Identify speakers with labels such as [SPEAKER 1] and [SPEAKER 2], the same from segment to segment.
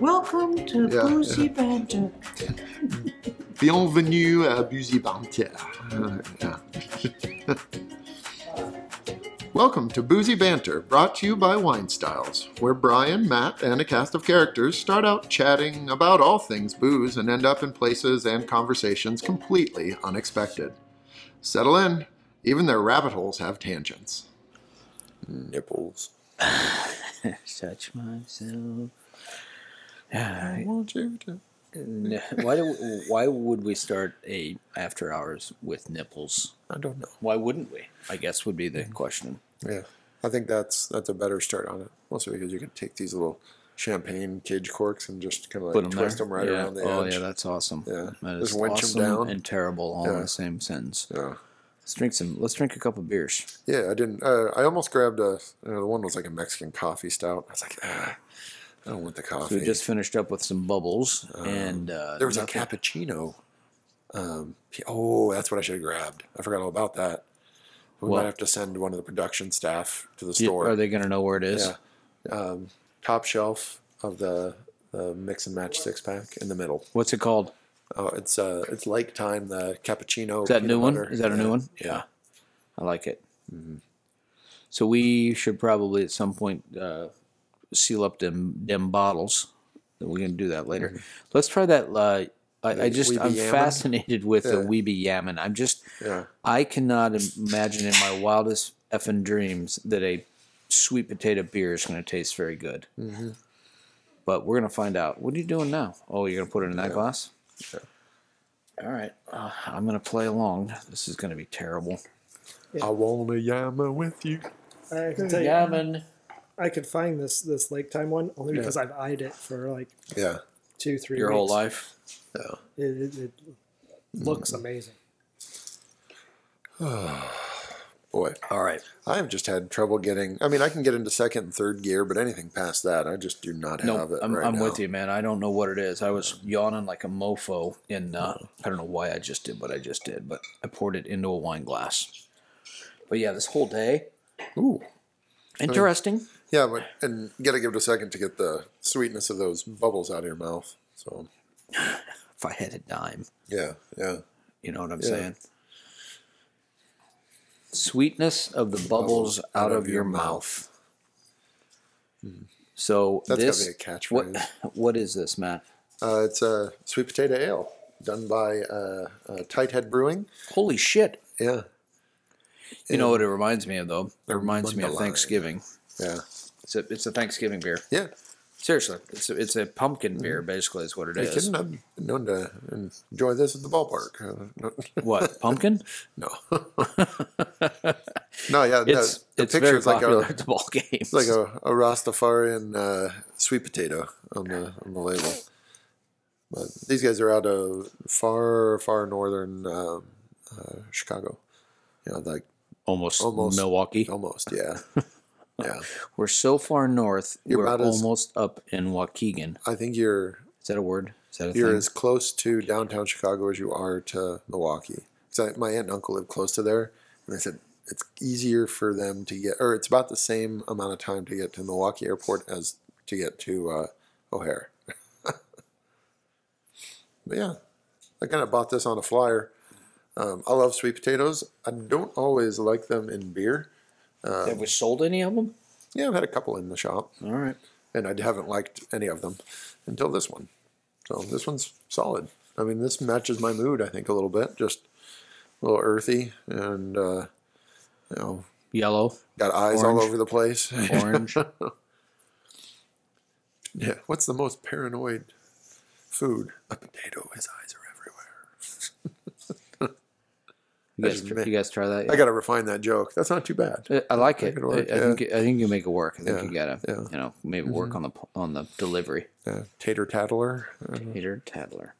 [SPEAKER 1] Welcome to
[SPEAKER 2] Yeah,
[SPEAKER 1] Boozy Banter.
[SPEAKER 2] Bienvenue à Busy Banter. Uh, yeah. Welcome to Boozy Banter, brought to you by Wine Styles, where Brian, Matt, and a cast of characters start out chatting about all things booze and end up in places and conversations completely unexpected. Settle in, even their rabbit holes have tangents.
[SPEAKER 3] Nipples.
[SPEAKER 4] Touch myself.
[SPEAKER 2] I
[SPEAKER 4] Alright.
[SPEAKER 2] want you to.
[SPEAKER 4] N- Why do we- why would we start a after hours with nipples?
[SPEAKER 3] I don't know.
[SPEAKER 4] Why wouldn't we? I guess would be the question.
[SPEAKER 3] Yeah, I think that's that's a better start on it. Also because you can take these little champagne cage corks and just kind of like twist them right
[SPEAKER 4] yeah.
[SPEAKER 3] around the
[SPEAKER 4] oh
[SPEAKER 3] edge.
[SPEAKER 4] yeah, that's awesome.
[SPEAKER 3] Yeah.
[SPEAKER 4] that
[SPEAKER 3] Just
[SPEAKER 4] is
[SPEAKER 3] winch 'em
[SPEAKER 4] awesome
[SPEAKER 3] down.
[SPEAKER 4] and terrible all in
[SPEAKER 3] Yeah.
[SPEAKER 4] the same sentence.
[SPEAKER 3] yeah.
[SPEAKER 4] Let's drink some. Let's drink a couple beers.
[SPEAKER 3] Yeah, I didn't. Uh, I almost grabbed a. You know, the one was like a Mexican coffee stout. I was like, ah, I don't want the coffee.
[SPEAKER 4] So we just finished up with some bubbles and uh,
[SPEAKER 3] there was a
[SPEAKER 4] nothing-
[SPEAKER 3] cappuccino. Um, p- oh, that's what I should have grabbed. I forgot all about that. We
[SPEAKER 4] What?
[SPEAKER 3] might have to send one of the production staff to the
[SPEAKER 4] Yeah,
[SPEAKER 3] store.
[SPEAKER 4] Are they going to know where it is?
[SPEAKER 3] Yeah. Um, top shelf of the, the mix and match six pack in the middle.
[SPEAKER 4] What's it called?
[SPEAKER 3] Oh, it's uh, it's like time the cappuccino.
[SPEAKER 4] Is that a
[SPEAKER 3] peanut
[SPEAKER 4] new one?
[SPEAKER 3] butter.
[SPEAKER 4] Is that a
[SPEAKER 3] Yeah.
[SPEAKER 4] new one?
[SPEAKER 3] Yeah.
[SPEAKER 4] I like it. Mm-hmm. So we should probably at some point uh, seal up them them bottles. We're gonna do that
[SPEAKER 3] Mm-hmm.
[SPEAKER 4] later. Let's try that. Uh, I, I just
[SPEAKER 3] Weeby
[SPEAKER 4] I'm
[SPEAKER 3] Yamin?
[SPEAKER 4] fascinated with the
[SPEAKER 3] Yeah.
[SPEAKER 4] weeby yamming. I'm just
[SPEAKER 3] Yeah.
[SPEAKER 4] I cannot imagine in my wildest effing dreams that a sweet potato beer is gonna taste very good. But we're gonna find out. What are you doing now? Oh, you're gonna put it in that glass. All right, uh, I'm gonna play along. This is gonna be terrible.
[SPEAKER 3] I wanna yammer with you.
[SPEAKER 5] I can tell you,
[SPEAKER 4] Yamin.
[SPEAKER 5] I could find this this lake time one only because I've eyed it for like
[SPEAKER 3] Yeah.
[SPEAKER 5] two, three.
[SPEAKER 4] your whole
[SPEAKER 5] weeks.
[SPEAKER 4] life.
[SPEAKER 5] It, it, it looks amazing.
[SPEAKER 3] Boy.
[SPEAKER 4] All right.
[SPEAKER 3] I've just had trouble getting. I mean, I can get into second and third gear, but anything past that, I just do not
[SPEAKER 4] No,
[SPEAKER 3] have it.
[SPEAKER 4] I'm,
[SPEAKER 3] right
[SPEAKER 4] I'm
[SPEAKER 3] now.
[SPEAKER 4] with you, man. I don't know what it is. I was yawning like a mofo, and uh, I don't know why I just did what I just did, but I poured it into a wine glass. But yeah, this whole day,
[SPEAKER 3] Ooh.
[SPEAKER 4] interesting.
[SPEAKER 3] Yeah, but and you gotta give it a second to get the sweetness of those bubbles out of your mouth. So
[SPEAKER 4] If I had a dime,
[SPEAKER 3] yeah, yeah,
[SPEAKER 4] you know what I'm saying? Sweetness of the bubbles out of your mouth. So
[SPEAKER 3] That's gotta
[SPEAKER 4] this
[SPEAKER 3] be a catchphrase.
[SPEAKER 4] What, what is this, Matt?
[SPEAKER 3] Uh, it's a sweet potato ale done by uh, uh, Tight Head Brewing.
[SPEAKER 4] Holy shit!
[SPEAKER 3] Yeah,
[SPEAKER 4] You know what it reminds me of though? It reminds me of
[SPEAKER 3] Mundelein.
[SPEAKER 4] Thanksgiving.
[SPEAKER 3] yeah,
[SPEAKER 4] It's a it's a Thanksgiving beer.
[SPEAKER 3] yeah.
[SPEAKER 4] Seriously, it's a, it's a pumpkin beer. Basically, is what it
[SPEAKER 3] Are you
[SPEAKER 4] is.
[SPEAKER 3] kidding? I'm known to enjoy this at the ballpark. Uh, no,
[SPEAKER 4] What pumpkin?
[SPEAKER 3] no, no, yeah.
[SPEAKER 4] It's
[SPEAKER 3] the the
[SPEAKER 4] it's very
[SPEAKER 3] picture's like
[SPEAKER 4] popular
[SPEAKER 3] a
[SPEAKER 4] at the ball games.
[SPEAKER 3] it's like a, a Rastafarian uh, sweet potato on the on the label. But these guys are out of far far northern um, uh, Chicago. You know, like
[SPEAKER 4] almost,
[SPEAKER 3] almost-
[SPEAKER 4] Milwaukee.
[SPEAKER 3] almost, yeah, yeah.
[SPEAKER 4] We're so far north.
[SPEAKER 3] You're
[SPEAKER 4] We're
[SPEAKER 3] about as-
[SPEAKER 4] almost up in Waukegan.
[SPEAKER 3] I think you're
[SPEAKER 4] Is that a word? Is that a
[SPEAKER 3] You're
[SPEAKER 4] thing?
[SPEAKER 3] as close to downtown Chicago as you are to Milwaukee. Because my aunt and uncle live close to there, and they said it's easier for them to get, or it's about the same amount of time to get to Milwaukee Airport as to get to uh, O'Hare. but yeah, I kind of bought this on a flyer. Um, I love sweet potatoes. I don't always like them in beer. uh,
[SPEAKER 4] Have we sold any of them?
[SPEAKER 3] Yeah, I've had a couple in the shop,
[SPEAKER 4] All right.
[SPEAKER 3] and I haven't liked any of them until this one. So this one's solid. I mean, this matches my mood, I think, a little bit. Just a little earthy and, uh, you know,
[SPEAKER 4] Yellow,
[SPEAKER 3] got eyes all
[SPEAKER 4] Orange.
[SPEAKER 3] over the place.
[SPEAKER 4] orange.
[SPEAKER 3] yeah. What's the most paranoid food? A potato. His eyes are everywhere.
[SPEAKER 4] you, guys,
[SPEAKER 3] That's
[SPEAKER 4] tr-
[SPEAKER 3] me.
[SPEAKER 4] you guys try that?
[SPEAKER 3] I got to refine that joke. That's not too bad.
[SPEAKER 4] I- I like it.
[SPEAKER 3] it work,
[SPEAKER 4] I, I think I think you make it work. I think
[SPEAKER 3] Yeah,
[SPEAKER 4] you gotta
[SPEAKER 3] yeah. Mm-hmm.
[SPEAKER 4] you know maybe work on the p- on the delivery.
[SPEAKER 3] Uh, tater tattler. Uh,
[SPEAKER 4] Peter Tadler.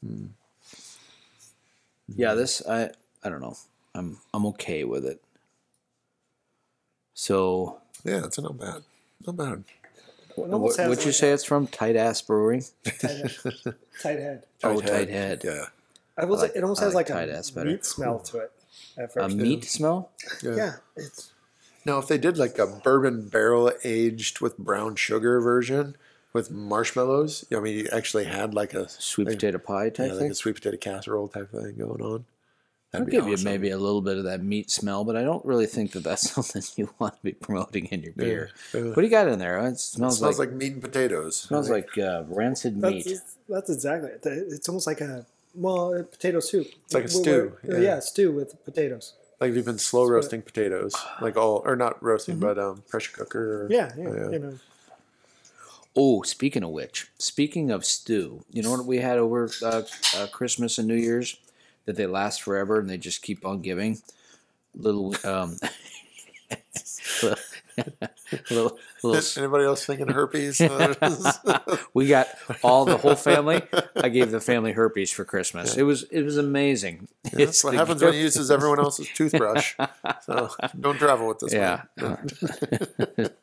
[SPEAKER 4] hmm. Yeah, this I I don't know. I'm I'm okay with it. So
[SPEAKER 3] yeah, it's not bad. Not bad.
[SPEAKER 5] It
[SPEAKER 4] what
[SPEAKER 5] almost has
[SPEAKER 4] would you
[SPEAKER 5] like
[SPEAKER 4] say it's from? Tight ass brewery.
[SPEAKER 5] a tight head.
[SPEAKER 4] oh, tight head.
[SPEAKER 3] Yeah.
[SPEAKER 5] I was.
[SPEAKER 4] like-
[SPEAKER 5] it almost
[SPEAKER 4] I
[SPEAKER 5] has
[SPEAKER 4] like
[SPEAKER 5] like,
[SPEAKER 4] tight
[SPEAKER 5] a
[SPEAKER 4] ass better.
[SPEAKER 5] meat smell to it at
[SPEAKER 4] A
[SPEAKER 5] first.
[SPEAKER 4] meat smell.
[SPEAKER 5] yeah, it's
[SPEAKER 3] Now, if they did like a bourbon barrel aged with brown sugar version with marshmallows, I mean, you actually had like a
[SPEAKER 4] Sweet
[SPEAKER 3] like-
[SPEAKER 4] potato pie type
[SPEAKER 3] yeah, like
[SPEAKER 4] thing.
[SPEAKER 3] a sweet potato casserole type thing going on.
[SPEAKER 4] I'll
[SPEAKER 3] That'd be
[SPEAKER 4] give you
[SPEAKER 3] awesome.
[SPEAKER 4] maybe a little bit of that meat smell, but I don't really think that that's something you want to be promoting in your beer.
[SPEAKER 3] yeah.
[SPEAKER 4] What do you got in there? It smells,
[SPEAKER 3] It smells
[SPEAKER 4] like,
[SPEAKER 3] like, meat and potatoes.
[SPEAKER 4] smells like uh, rancid meat.
[SPEAKER 5] That's, that's exactly it. It's almost like a well, a potato soup. It's
[SPEAKER 3] like a stew,
[SPEAKER 5] Yeah.
[SPEAKER 3] yeah.
[SPEAKER 5] stew with potatoes.
[SPEAKER 3] like if you've been slow roasting potatoes, like all or not roasting,
[SPEAKER 4] Mm-hmm.
[SPEAKER 3] but um, pressure cooker. Or,
[SPEAKER 5] Yeah, yeah,
[SPEAKER 3] Yeah.
[SPEAKER 5] You know,
[SPEAKER 4] Oh, speaking of which, speaking of stew, you know what we had over uh, uh, Christmas and New Year's that they last forever and they just keep on giving little um, little, little,
[SPEAKER 3] Does Anybody else thinking herpes?
[SPEAKER 4] we got all the whole family. I gave the family herpes for Christmas. It was it was amazing.
[SPEAKER 3] That's what
[SPEAKER 4] the
[SPEAKER 3] happens when you uses everyone else's toothbrush. So don't travel with this.
[SPEAKER 4] Yeah.
[SPEAKER 3] one.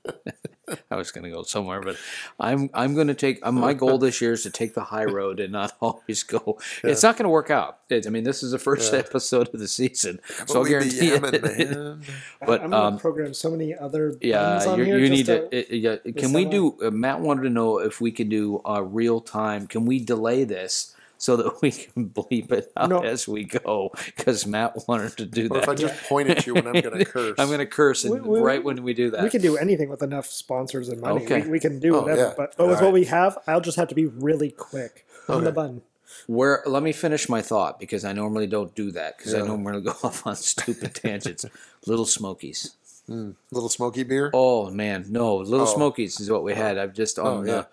[SPEAKER 4] I was going to go somewhere, but I'm I'm going to take uh, my goal this year is to take the high road and not always go. It's not going to work out. It, I mean, this is the first episode of the season, so I'll
[SPEAKER 3] Only the
[SPEAKER 4] guarantee
[SPEAKER 3] Yemen,
[SPEAKER 4] it.
[SPEAKER 3] man.
[SPEAKER 4] But
[SPEAKER 5] I'm gonna
[SPEAKER 4] um,
[SPEAKER 5] program so many other buttons
[SPEAKER 4] yeah,
[SPEAKER 5] on
[SPEAKER 4] you
[SPEAKER 5] here
[SPEAKER 4] you
[SPEAKER 5] just
[SPEAKER 4] need to.
[SPEAKER 5] to-
[SPEAKER 4] it- it- yeah, can we
[SPEAKER 5] someone-
[SPEAKER 4] do? Uh, Matt wanted to know if we could do uh, real time. Can we delay this? So that we can bleep it out
[SPEAKER 5] No.
[SPEAKER 4] as we go, because Matt wanted to do
[SPEAKER 3] Or if I
[SPEAKER 4] that.
[SPEAKER 3] just point at you when I'm going to curse.
[SPEAKER 4] I'm going to curse, and
[SPEAKER 5] We- we-
[SPEAKER 4] right when we do that,
[SPEAKER 5] we can do anything with enough sponsors and money.
[SPEAKER 4] Okay.
[SPEAKER 5] We, we can do
[SPEAKER 3] Oh,
[SPEAKER 5] whatever.
[SPEAKER 3] yeah.
[SPEAKER 5] But, but with
[SPEAKER 3] Alright.
[SPEAKER 5] what we have, I'll just have to be really quick on the button.
[SPEAKER 4] Where let me finish my thought because I normally don't do that because I normally go off on stupid tangents. Little Smokies.
[SPEAKER 3] Little smoky beer.
[SPEAKER 4] Oh man, no, Little Smokies is what we had. I've just on uh,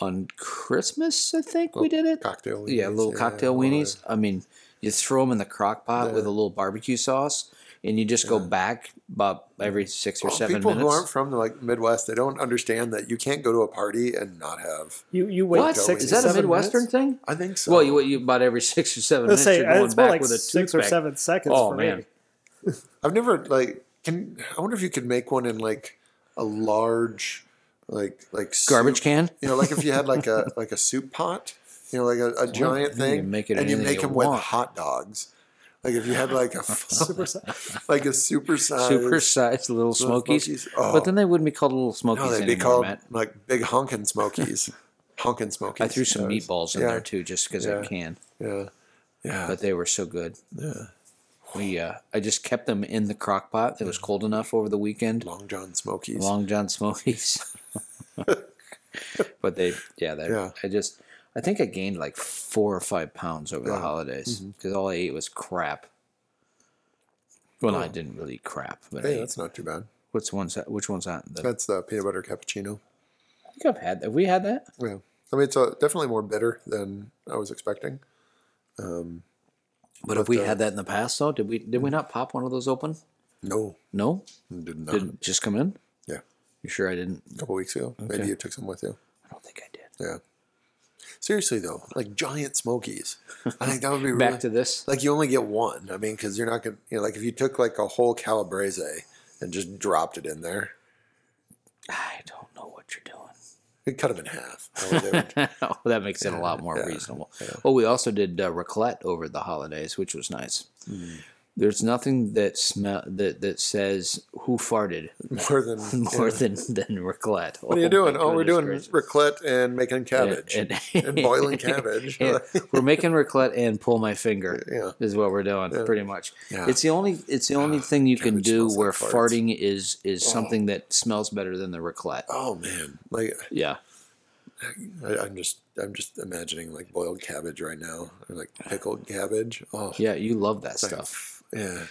[SPEAKER 4] on Christmas I think we did it.
[SPEAKER 3] Cocktail.
[SPEAKER 4] yeah,
[SPEAKER 3] weenies,
[SPEAKER 4] little cocktail
[SPEAKER 3] or-
[SPEAKER 4] weenies. I mean, you throw them in the crock pot with a little barbecue sauce, and you just go back about every six or
[SPEAKER 3] Well,
[SPEAKER 4] seven
[SPEAKER 3] Oh, people
[SPEAKER 4] minutes.
[SPEAKER 3] who aren't from the like Midwest, they don't understand that you can't go to a party and not have.
[SPEAKER 5] You you wait
[SPEAKER 4] what
[SPEAKER 5] six
[SPEAKER 4] is
[SPEAKER 5] to
[SPEAKER 4] that a
[SPEAKER 5] seven
[SPEAKER 4] Midwestern
[SPEAKER 5] minutes?
[SPEAKER 4] thing?
[SPEAKER 3] I think so.
[SPEAKER 4] Well, you, you about every six or seven minutes
[SPEAKER 5] Let's say
[SPEAKER 4] you're going
[SPEAKER 5] it's more
[SPEAKER 4] back
[SPEAKER 5] like
[SPEAKER 4] with a
[SPEAKER 5] six or
[SPEAKER 4] toothpick.
[SPEAKER 5] seven seconds.
[SPEAKER 4] Oh
[SPEAKER 5] for
[SPEAKER 4] man,
[SPEAKER 5] Me.
[SPEAKER 3] I've never like. Can I wonder if you could make one in like a large, like like
[SPEAKER 4] garbage
[SPEAKER 3] soup-
[SPEAKER 4] can.
[SPEAKER 3] You know, like if you had like a like a soup pot, you know, like a, a giant
[SPEAKER 4] you can
[SPEAKER 3] thing,
[SPEAKER 4] make it
[SPEAKER 3] and you
[SPEAKER 4] anything
[SPEAKER 3] make
[SPEAKER 4] you
[SPEAKER 3] them with
[SPEAKER 4] want.
[SPEAKER 3] hot dogs. Like if you had like a super, like a super size,
[SPEAKER 4] super sized little smokies.
[SPEAKER 3] Uh, Smokies. Oh.
[SPEAKER 4] But then they wouldn't be called little smokies
[SPEAKER 3] No, they'd
[SPEAKER 4] anymore,
[SPEAKER 3] be called
[SPEAKER 4] Matt.
[SPEAKER 3] like big honkin' smokies, honkin' smokies.
[SPEAKER 4] I threw some
[SPEAKER 3] Those.
[SPEAKER 4] meatballs in
[SPEAKER 3] yeah,
[SPEAKER 4] there too, just because I
[SPEAKER 3] Yeah.
[SPEAKER 4] can.
[SPEAKER 3] Yeah, yeah.
[SPEAKER 4] But they were so good. Yeah. We, uh, I just kept them in the crock pot. It was cold enough over the weekend.
[SPEAKER 3] Long John smokies.
[SPEAKER 4] Long John Smokies. but they, yeah, they.
[SPEAKER 3] Yeah.
[SPEAKER 4] I just, I think I gained like four or five pounds over the holidays
[SPEAKER 3] Mm-hmm.
[SPEAKER 4] because all I ate was crap. Well, I didn't really eat crap, but I
[SPEAKER 3] Oh. hey,
[SPEAKER 4] ate-
[SPEAKER 3] that's not too bad.
[SPEAKER 4] what's one's that? Which one's that? The-
[SPEAKER 3] That's the peanut butter cappuccino.
[SPEAKER 4] I think I've had. Have we had that?
[SPEAKER 3] Yeah, I mean it's uh definitely more bitter than I was expecting.
[SPEAKER 4] But, if we had that in the past, though, did we did
[SPEAKER 3] Mm.
[SPEAKER 4] we not pop one of those open?
[SPEAKER 3] No,
[SPEAKER 4] No,
[SPEAKER 3] did not.
[SPEAKER 4] didn't just come in.
[SPEAKER 3] Yeah,
[SPEAKER 4] You sure I didn't?
[SPEAKER 3] a couple weeks ago. Maybe you took some with you.
[SPEAKER 4] I don't think I did.
[SPEAKER 3] Yeah. Seriously though, like giant smokies. I think that would be
[SPEAKER 4] Back
[SPEAKER 3] really,
[SPEAKER 4] to this.
[SPEAKER 3] like you only get one. I mean, because you're not gonna you know like if you took like a whole calabrese and just dropped it in there,
[SPEAKER 4] I don't know what you're doing.
[SPEAKER 3] it cut them in half. I would do it.
[SPEAKER 4] oh, that makes it a lot more reasonable. Oh, we also did uh, raclette over the holidays, which was nice.
[SPEAKER 3] Mm.
[SPEAKER 4] There's nothing that smell that that says who farted
[SPEAKER 3] More than
[SPEAKER 4] more than than raclette.
[SPEAKER 3] what are you doing? Oh, we're doing raclette and making cabbage and, boiling cabbage.
[SPEAKER 4] Yeah, we're making raclette and pull my finger
[SPEAKER 3] Yeah.
[SPEAKER 4] is what we're doing pretty much.
[SPEAKER 3] Yeah. Ah,
[SPEAKER 4] It's the only it's the only thing you can
[SPEAKER 3] cabbage
[SPEAKER 4] do
[SPEAKER 3] smells like
[SPEAKER 4] where
[SPEAKER 3] farts.
[SPEAKER 4] farting is is something that smells better than the raclette.
[SPEAKER 3] oh man, like
[SPEAKER 4] Yeah.
[SPEAKER 3] I, I'm just I'm just imagining like boiled cabbage right now, or like pickled cabbage. Oh
[SPEAKER 4] Yeah, you love that stuff.
[SPEAKER 3] yeah.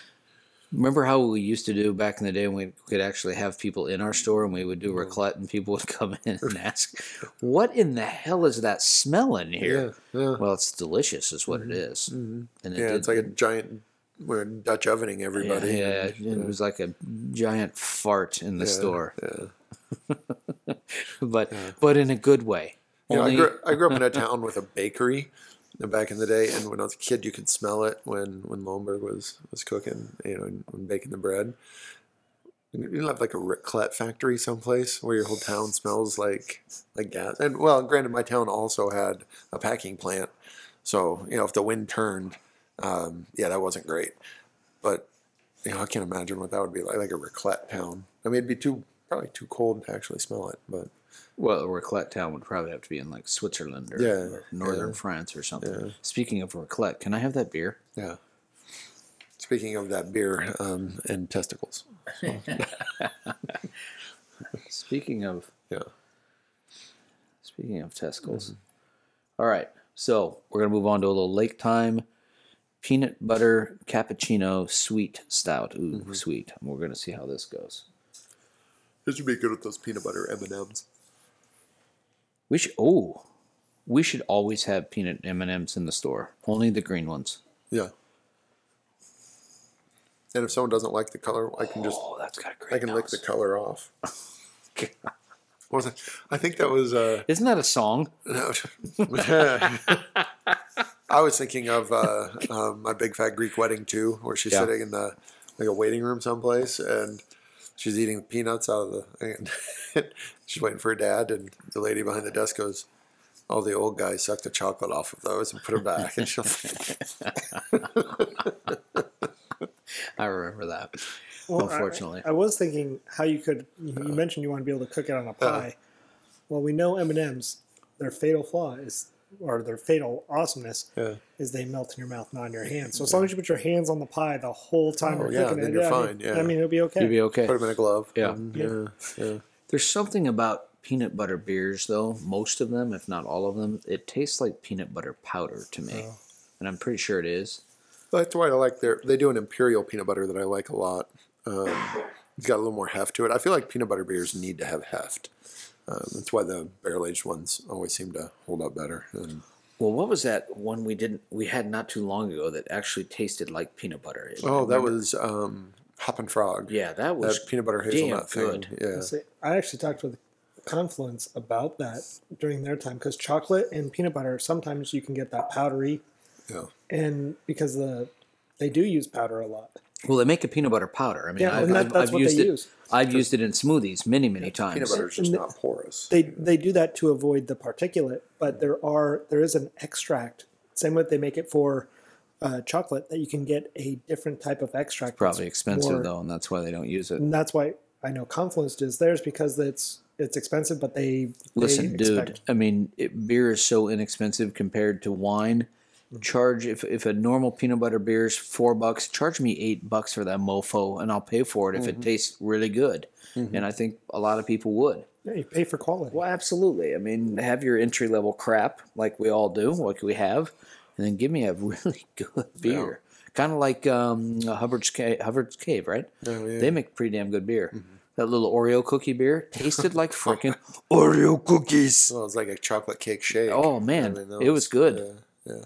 [SPEAKER 4] Remember how we used to do back in the day when we could actually have people in our store and we would do
[SPEAKER 3] Mm-hmm.
[SPEAKER 4] raclette and people would come in and ask, "What in the hell is that smell in here?"
[SPEAKER 3] Yeah, yeah.
[SPEAKER 4] Well, it's delicious, is what it is. And it
[SPEAKER 3] Yeah,
[SPEAKER 4] did,
[SPEAKER 3] it's like a giant. We're Dutch ovening
[SPEAKER 4] yeah,
[SPEAKER 3] everybody.
[SPEAKER 4] yeah, it was like a giant fart in the store. but but in a good way.
[SPEAKER 3] You know, I,
[SPEAKER 4] Only-
[SPEAKER 3] grew, I grew up in a town with a bakery uh, back in the day, and when I was a kid, you could smell it when when Lomberg was was cooking, you know, and, and baking the bread. You didn't have like a raclette factory someplace where your whole town smells like like gas. And well, granted, my town also had a packing plant, so you know if the wind turned, um, yeah, that wasn't great. But you know, I can't imagine what that would be like, like a raclette town. I mean, it'd be too probably too cold to actually smell it, but
[SPEAKER 4] Well, Raclette town would probably have to be in like Switzerland or,
[SPEAKER 3] Yeah,
[SPEAKER 4] or northern
[SPEAKER 3] yeah.
[SPEAKER 4] France or something. Speaking of Raclette, can I have that beer?
[SPEAKER 3] yeah. Speaking of that beer um, and testicles,
[SPEAKER 4] Speaking of
[SPEAKER 3] yeah,
[SPEAKER 4] Speaking of testicles.
[SPEAKER 3] Mm-hmm.
[SPEAKER 4] All right. So we're going to move on to a little lake time peanut butter cappuccino sweet stout. Ooh,
[SPEAKER 3] Mm-hmm.
[SPEAKER 4] sweet. And we're going to see how this goes.
[SPEAKER 3] this would be good with those peanut butter M and M's.
[SPEAKER 4] We should, oh, we should always have peanut M&Ms in the store. Only the green ones.
[SPEAKER 3] Yeah. And if someone doesn't like the color, I can just
[SPEAKER 4] Oh, that's got a great
[SPEAKER 3] I can lick
[SPEAKER 4] nose.
[SPEAKER 3] the color off. What was it? I think that was uh,
[SPEAKER 4] Isn't that a song?
[SPEAKER 3] No. I was thinking of uh, um, my big fat Greek wedding too, where she's
[SPEAKER 4] Yeah.
[SPEAKER 3] sitting in the like a waiting room someplace, and she's eating peanuts out of the. And she's waiting for her dad, and the lady behind the desk goes, "All the old guys suck the chocolate off of those and put them back." And she'll,
[SPEAKER 4] I remember that.
[SPEAKER 5] Well, I-
[SPEAKER 4] Unfortunately.
[SPEAKER 5] I, was thinking how you could. You you mentioned you want to be able to cook it on a pie. well, we know M and M's. Their fatal flaw is, or their fatal awesomeness
[SPEAKER 3] Yeah.
[SPEAKER 5] is, they melt in your mouth, not in your hands. So as long as you put your hands on the pie the whole time
[SPEAKER 3] Oh,
[SPEAKER 5] you're
[SPEAKER 3] yeah,
[SPEAKER 5] cooking
[SPEAKER 3] then
[SPEAKER 5] it,
[SPEAKER 3] you're
[SPEAKER 5] I mean-
[SPEAKER 3] fine, yeah.
[SPEAKER 5] I mean, it'll be okay.
[SPEAKER 4] You'd be okay.
[SPEAKER 3] put them in a glove. Mm-hmm.
[SPEAKER 4] Yeah.
[SPEAKER 3] and, yeah, yeah.
[SPEAKER 4] There's something about peanut butter beers, though. Most of them, if not all of them, it tastes like peanut butter powder to me,
[SPEAKER 3] Oh.
[SPEAKER 4] and I'm pretty sure it is.
[SPEAKER 3] That's why I like their. They do an imperial peanut butter that I like a lot. Um, it's got a little more heft to it. I feel like peanut butter beers need to have heft. Um, that's why the barrel aged ones always seem to hold up better. And
[SPEAKER 4] Well, what was that one we didn't we had not too long ago that actually tasted like peanut butter? It-
[SPEAKER 3] oh, that was um, Hoppin' Frog.
[SPEAKER 4] yeah, that
[SPEAKER 3] that
[SPEAKER 4] was
[SPEAKER 3] peanut butter hazelnut
[SPEAKER 4] damn
[SPEAKER 3] thing.
[SPEAKER 4] good.
[SPEAKER 3] Yeah,
[SPEAKER 5] See, I actually talked with Confluence about that during their time because chocolate and peanut butter sometimes you can get that powdery,
[SPEAKER 3] yeah.
[SPEAKER 5] and because the they do use powder a lot.
[SPEAKER 4] Well, they make a peanut butter powder. I mean,
[SPEAKER 5] Yeah,
[SPEAKER 4] I've,
[SPEAKER 5] and that-
[SPEAKER 4] I've,
[SPEAKER 5] that's
[SPEAKER 4] I've
[SPEAKER 5] what
[SPEAKER 4] used
[SPEAKER 5] they
[SPEAKER 4] it.
[SPEAKER 5] use.
[SPEAKER 4] I've used it in smoothies many, many times.
[SPEAKER 3] Peanut butter is just
[SPEAKER 5] And-
[SPEAKER 3] not porous.
[SPEAKER 5] They they do that to avoid the particulate, but there are there is an extract. Same way they make it for uh, chocolate that you can get a different type of extract. that's
[SPEAKER 4] Probably expensive
[SPEAKER 5] more-
[SPEAKER 4] though, and that's why they don't use it.
[SPEAKER 5] and that's why I know Confluence does theirs because it's it's expensive, but they
[SPEAKER 4] Listen,
[SPEAKER 5] they
[SPEAKER 4] dude. I mean, it, beer is so inexpensive compared to wine. Charge if if a normal peanut butter beer is four bucks, charge me eight bucks for that mofo, and I'll pay for it if it tastes really good. And I think a lot of people would.
[SPEAKER 5] yeah, you pay for quality.
[SPEAKER 4] Mm-hmm. Well, absolutely. I mean, have your entry level crap like we all do, like we have, and then give me a really good beer. Kind of like um, Hubbard's, Ca- Hubbard's Cave, right?
[SPEAKER 3] Oh,
[SPEAKER 4] They make pretty damn good beer.
[SPEAKER 3] Mm-hmm.
[SPEAKER 4] That little Oreo cookie beer tasted like freaking Oreo cookies.
[SPEAKER 3] Well, it's like a chocolate cake shake.
[SPEAKER 4] Oh man,
[SPEAKER 3] mean, that
[SPEAKER 4] it was good.
[SPEAKER 3] Yeah, yeah,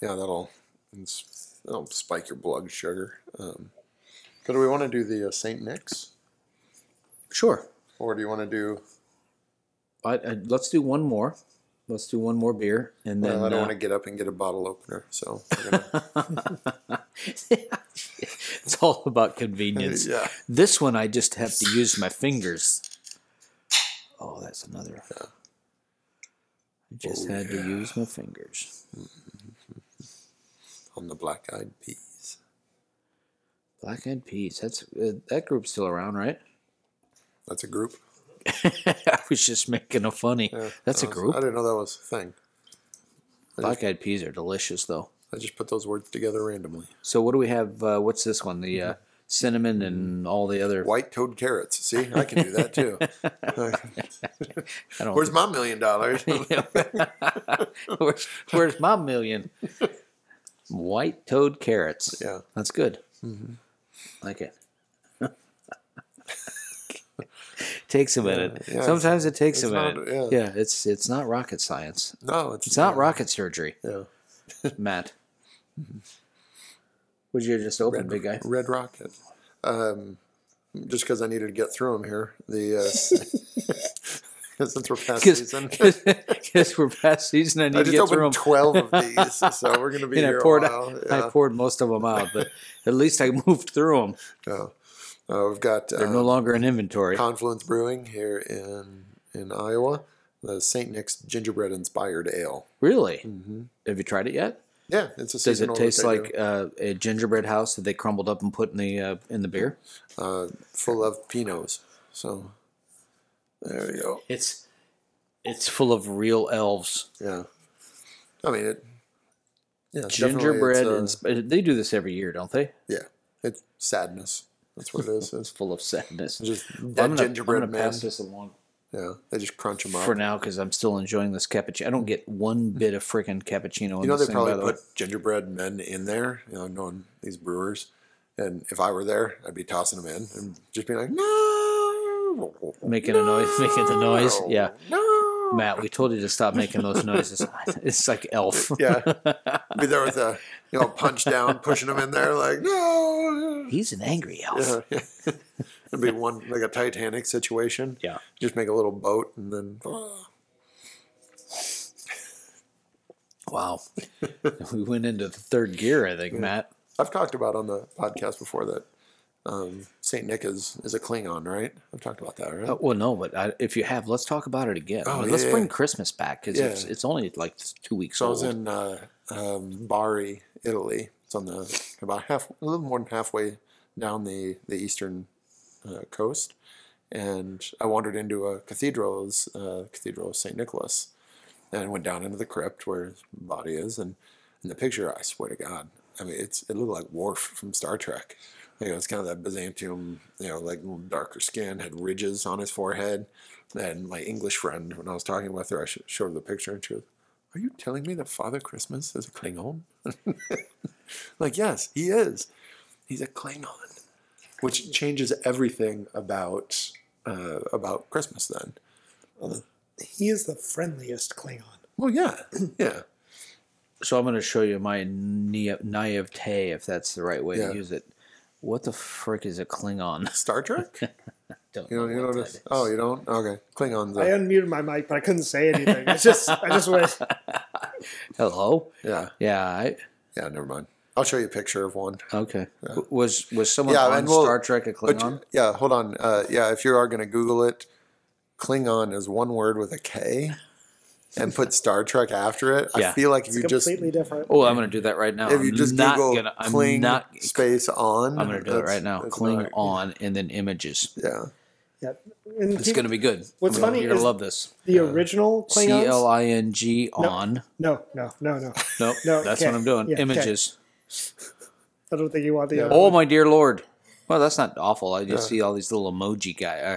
[SPEAKER 3] yeah. That'll it's- that'll spike your blood sugar. Um, but do we want to do the uh, Saint Nick's?
[SPEAKER 4] Sure.
[SPEAKER 3] Or do you want to
[SPEAKER 4] Uh,
[SPEAKER 3] do?
[SPEAKER 4] I, I, let's do one more. Let's do one more beer, and then
[SPEAKER 3] Well, I don't
[SPEAKER 4] uh,
[SPEAKER 3] want to get up and get a bottle opener, so we're gonna,
[SPEAKER 4] it's all about convenience.
[SPEAKER 3] yeah,
[SPEAKER 4] This one I just have to use my fingers. Oh, that's another. I just
[SPEAKER 3] Oh,
[SPEAKER 4] had to use my fingers.
[SPEAKER 3] on the black eyed peas.
[SPEAKER 4] Black Eyed Peas. That's uh, that group's still around, right?
[SPEAKER 3] That's a group.
[SPEAKER 4] I was just making a funny. that's a
[SPEAKER 3] I
[SPEAKER 4] group.
[SPEAKER 3] didn't know that was a thing.
[SPEAKER 4] Black Eyed Peas are delicious, though.
[SPEAKER 3] I just put those words together randomly.
[SPEAKER 4] So what do we have? Uh, what's this one? The uh, cinnamon and all the other.
[SPEAKER 3] White toed carrots. See, I can do that too.
[SPEAKER 4] I don't.
[SPEAKER 3] Where's my million dollars?
[SPEAKER 4] where's, where's my million? White toed carrots.
[SPEAKER 3] Yeah.
[SPEAKER 4] That's good.
[SPEAKER 3] Mm-hmm.
[SPEAKER 4] Like it. takes a minute.
[SPEAKER 3] yeah,
[SPEAKER 4] Sometimes it takes a
[SPEAKER 3] it's not-
[SPEAKER 4] minute. yeah.
[SPEAKER 3] yeah.
[SPEAKER 4] it's it's not rocket science.
[SPEAKER 3] No, it's,
[SPEAKER 4] It's not rocket surgery,
[SPEAKER 3] Yeah.
[SPEAKER 4] Matt. Would you just open, big guy?
[SPEAKER 3] Red Rocket. Um, just because I needed to get through them here. The uh, since we're past season,
[SPEAKER 4] Because we're past season, I need
[SPEAKER 3] I
[SPEAKER 4] to
[SPEAKER 3] just
[SPEAKER 4] get through
[SPEAKER 3] opened
[SPEAKER 4] 'em.
[SPEAKER 3] twelve of these, so we're gonna be
[SPEAKER 4] And
[SPEAKER 3] here
[SPEAKER 4] I poured,
[SPEAKER 3] a while.
[SPEAKER 4] I poured most of them out, but at least I moved through them.
[SPEAKER 3] Yeah. Uh, we've got uh,
[SPEAKER 4] They're no longer in inventory.
[SPEAKER 3] Confluence Brewing here in in Iowa. The St. Nick's Gingerbread Inspired Ale.
[SPEAKER 4] Really? Have you tried it yet?
[SPEAKER 3] Yeah, it's a
[SPEAKER 4] Does it
[SPEAKER 3] mm-hmm. seasonal
[SPEAKER 4] taste
[SPEAKER 3] potato,
[SPEAKER 4] like uh, a gingerbread house that they crumbled up and put in the uh, in the beer?
[SPEAKER 3] uh, full of pinots? So there we go.
[SPEAKER 4] It's it's full of real elves.
[SPEAKER 3] Yeah, I mean it. Yeah, it's definitely-
[SPEAKER 4] Gingerbread.
[SPEAKER 3] It's, uh,
[SPEAKER 4] insp- they do this every year, don't they?
[SPEAKER 3] yeah, it's sadness. That's what it is. It's
[SPEAKER 4] Full of sadness.
[SPEAKER 3] just dead
[SPEAKER 4] I'm gonna,
[SPEAKER 3] gingerbread
[SPEAKER 4] I'm gonna
[SPEAKER 3] man.
[SPEAKER 4] pass this along
[SPEAKER 3] Yeah, they just crunch them up.
[SPEAKER 4] for now because I'm still enjoying this cappuccino. I don't get one bit of freaking cappuccino. in
[SPEAKER 3] Hmm. You know,
[SPEAKER 4] this
[SPEAKER 3] they
[SPEAKER 4] thing, by
[SPEAKER 3] probably
[SPEAKER 4] the way.
[SPEAKER 3] put gingerbread men in there, you know, knowing these brewers. And if I were there, I'd be tossing them in and just being like, no.
[SPEAKER 4] making a noise, making the noise. Yeah,
[SPEAKER 3] No.
[SPEAKER 4] Matt, we told you to stop making those noises. it's like elf.
[SPEAKER 3] Yeah. be there with a, you know, punch down, pushing them in there, like, no.
[SPEAKER 4] He's an angry elf.
[SPEAKER 3] Yeah. It'd be one, like a Titanic situation.
[SPEAKER 4] Yeah.
[SPEAKER 3] Just make a little boat and then,
[SPEAKER 4] Wow. we went into the third gear, I think, Matt.
[SPEAKER 3] I've talked about on the podcast before that um, St. Nick is, is a Klingon, right? I've talked about that, right?
[SPEAKER 4] Uh, well, no, but I, if you have, let's talk about it again. I
[SPEAKER 3] Oh,
[SPEAKER 4] mean, let's
[SPEAKER 3] yeah,
[SPEAKER 4] bring
[SPEAKER 3] yeah.
[SPEAKER 4] Christmas back because
[SPEAKER 3] Yeah.
[SPEAKER 4] it's, it's only like two weeks
[SPEAKER 3] So I
[SPEAKER 4] old.
[SPEAKER 3] was in uh, um, Bari, Italy. It's on the about half, a little more than halfway down the the eastern uh, coast, and I wandered into a cathedral, it's, uh, Cathedral of Saint Nicholas, and went down into the crypt where his body is, and in the picture, I swear to God, I mean, it's it looked like Worf from Star Trek. You know, it's kind of that Byzantium, you know, like little darker skin, had ridges on his forehead. And my English friend, when I was talking with her, I sh- showed her the picture, and she goes, are you telling me that Father Christmas is a Klingon? like, yes, he is. He's a Klingon, which changes everything about uh, about Christmas. Then,
[SPEAKER 5] He is the friendliest Klingon.
[SPEAKER 3] well, yeah, yeah,
[SPEAKER 4] so I'm going to show you my nai- naivete, if that's the right way
[SPEAKER 3] Yeah.
[SPEAKER 4] to use it. What the frick is a Klingon?
[SPEAKER 3] Star Trek.
[SPEAKER 4] Don't
[SPEAKER 3] You don't, you
[SPEAKER 4] what
[SPEAKER 3] don't
[SPEAKER 4] that
[SPEAKER 3] notice?
[SPEAKER 4] is.
[SPEAKER 3] Oh, you don't? Okay, Klingons.
[SPEAKER 5] I
[SPEAKER 3] Are,
[SPEAKER 5] unmuted my mic, but I couldn't say anything. It's just I just went.
[SPEAKER 4] Hello.
[SPEAKER 3] yeah,
[SPEAKER 4] Yeah. I,
[SPEAKER 3] yeah. Never mind. I'll show you a picture of one.
[SPEAKER 4] okay. W- Was was someone
[SPEAKER 3] Yeah,
[SPEAKER 4] on
[SPEAKER 3] and we'll-
[SPEAKER 4] Star Trek a
[SPEAKER 3] But
[SPEAKER 4] Klingon?
[SPEAKER 3] yeah, hold on. Uh, yeah, if you are going to Google it, Klingon is one word with a K, and put Star Trek after it.
[SPEAKER 4] Yeah.
[SPEAKER 3] I feel like if you just
[SPEAKER 5] completely different.
[SPEAKER 4] oh, I'm going to do that right now.
[SPEAKER 3] if you
[SPEAKER 4] I'm
[SPEAKER 3] just
[SPEAKER 4] not
[SPEAKER 3] Google
[SPEAKER 4] gonna, I'm
[SPEAKER 3] Kling
[SPEAKER 4] not.
[SPEAKER 3] space on,
[SPEAKER 4] I'm going to do it
[SPEAKER 3] that's-
[SPEAKER 4] right now.
[SPEAKER 3] that's
[SPEAKER 4] Kling
[SPEAKER 3] not-
[SPEAKER 4] on, and then images.
[SPEAKER 3] Yeah,
[SPEAKER 5] Yeah. And
[SPEAKER 4] It's
[SPEAKER 5] people-
[SPEAKER 4] going to be good.
[SPEAKER 5] What's
[SPEAKER 4] I'm gonna-
[SPEAKER 5] funny
[SPEAKER 4] You're going
[SPEAKER 5] is-
[SPEAKER 4] to love this.
[SPEAKER 5] the original
[SPEAKER 4] C
[SPEAKER 5] Klingons.
[SPEAKER 4] L I N G on.
[SPEAKER 5] no, no, no, no.
[SPEAKER 4] Nope.
[SPEAKER 5] No,
[SPEAKER 4] that's
[SPEAKER 5] okay.
[SPEAKER 4] what I'm doing.
[SPEAKER 5] Yeah, okay.
[SPEAKER 4] images.
[SPEAKER 5] I don't think you want the uh, other.
[SPEAKER 4] Oh
[SPEAKER 5] one.
[SPEAKER 4] my dear lord. Well, that's not awful. I
[SPEAKER 3] Uh.
[SPEAKER 4] just see all these little emoji guy. Uh,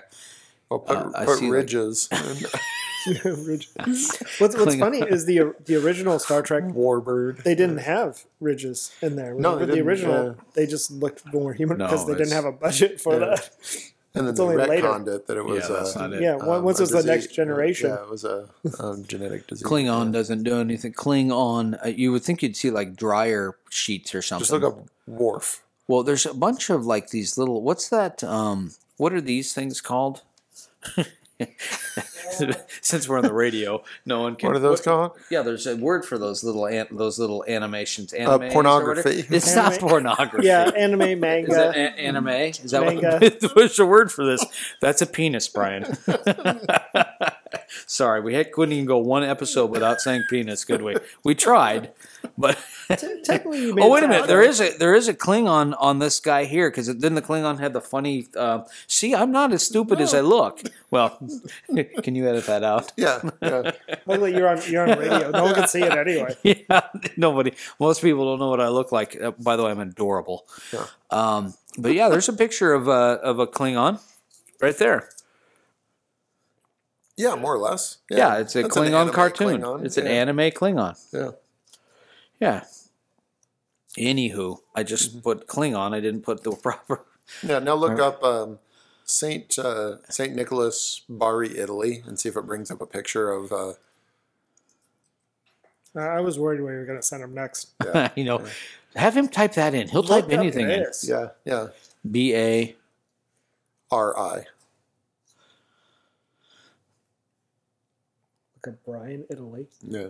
[SPEAKER 3] I'll put,
[SPEAKER 4] Uh, I
[SPEAKER 3] put
[SPEAKER 4] see, like-
[SPEAKER 3] ridges
[SPEAKER 5] Ridge- what's, what's
[SPEAKER 4] Klingon.
[SPEAKER 5] funny is the the original Star Trek
[SPEAKER 3] and warbird.
[SPEAKER 5] they didn't have ridges in there.
[SPEAKER 3] No,
[SPEAKER 5] Remember
[SPEAKER 3] they
[SPEAKER 5] the
[SPEAKER 3] didn't,
[SPEAKER 5] original,
[SPEAKER 3] yeah.
[SPEAKER 5] they just looked more human
[SPEAKER 4] No,
[SPEAKER 5] because they didn't
[SPEAKER 4] it's-
[SPEAKER 5] have a budget for
[SPEAKER 3] yeah.
[SPEAKER 5] that.
[SPEAKER 3] and then
[SPEAKER 5] it's
[SPEAKER 3] they
[SPEAKER 5] only later.
[SPEAKER 3] retconned it that it was.
[SPEAKER 4] yeah, that's
[SPEAKER 3] uh,
[SPEAKER 4] not it.
[SPEAKER 5] yeah, on-
[SPEAKER 3] um,
[SPEAKER 5] once
[SPEAKER 3] a
[SPEAKER 5] was the
[SPEAKER 3] disease-
[SPEAKER 5] next generation.
[SPEAKER 3] Yeah, it was a um, genetic disease.
[SPEAKER 4] Klingon
[SPEAKER 3] Yeah.
[SPEAKER 4] doesn't do anything. Klingon, uh, you would think you'd see like dryer sheets or something.
[SPEAKER 3] Just look up Worf.
[SPEAKER 4] Well, there's a bunch of like these little. What's that? Um, what are these things called? Since we're on the radio, no one can.
[SPEAKER 3] What are those
[SPEAKER 4] what-
[SPEAKER 3] called?
[SPEAKER 4] Yeah, there's a word for those little an, those little animations. Animes or
[SPEAKER 3] pornography.
[SPEAKER 4] whatever? It's not
[SPEAKER 5] Anime.
[SPEAKER 4] pornography.
[SPEAKER 5] Yeah, anime, manga.
[SPEAKER 4] Is that a- anime? Is that
[SPEAKER 5] Manga.
[SPEAKER 4] what, what's the word for this? That's a penis, Brian. Sorry, we had, couldn't even go one episode without saying penis, could we? We tried, but
[SPEAKER 5] Technically, you made
[SPEAKER 4] oh wait a
[SPEAKER 5] it
[SPEAKER 4] minute,
[SPEAKER 5] out.
[SPEAKER 4] there is a there is a Klingon on this guy here because then the Klingon had the funny. Uh, See, I'm not as stupid as I look. Well, can you edit that out?
[SPEAKER 3] Yeah, yeah.
[SPEAKER 5] Luckily, you're on you're on radio. No one can see it anyway.
[SPEAKER 4] yeah, nobody. Most people don't know what I look like. Uh, by the way, I'm adorable. Um, but yeah, there's a picture of a of a Klingon right there.
[SPEAKER 3] yeah, more or less.
[SPEAKER 4] Yeah, it's a
[SPEAKER 3] That's an
[SPEAKER 4] Klingon
[SPEAKER 3] anime
[SPEAKER 4] cartoon.
[SPEAKER 3] Klingon,
[SPEAKER 4] It's an
[SPEAKER 3] yeah.
[SPEAKER 4] anime Klingon.
[SPEAKER 3] Yeah.
[SPEAKER 4] Yeah. Anywho, I
[SPEAKER 3] Mm-hmm.
[SPEAKER 4] just put Klingon. I didn't put the proper.
[SPEAKER 3] Yeah, now look up um, Saint uh, Saint Nicholas Bari, Italy, and see if it brings up a picture of. Uh,
[SPEAKER 5] Uh, I was worried where you were going to send him next.
[SPEAKER 4] you know, have him type that in. He'll type
[SPEAKER 5] Look up
[SPEAKER 4] anything in.
[SPEAKER 5] this.
[SPEAKER 3] yeah, yeah.
[SPEAKER 4] B A.
[SPEAKER 3] R I.
[SPEAKER 5] Look at Brian, Italy.
[SPEAKER 3] Yeah.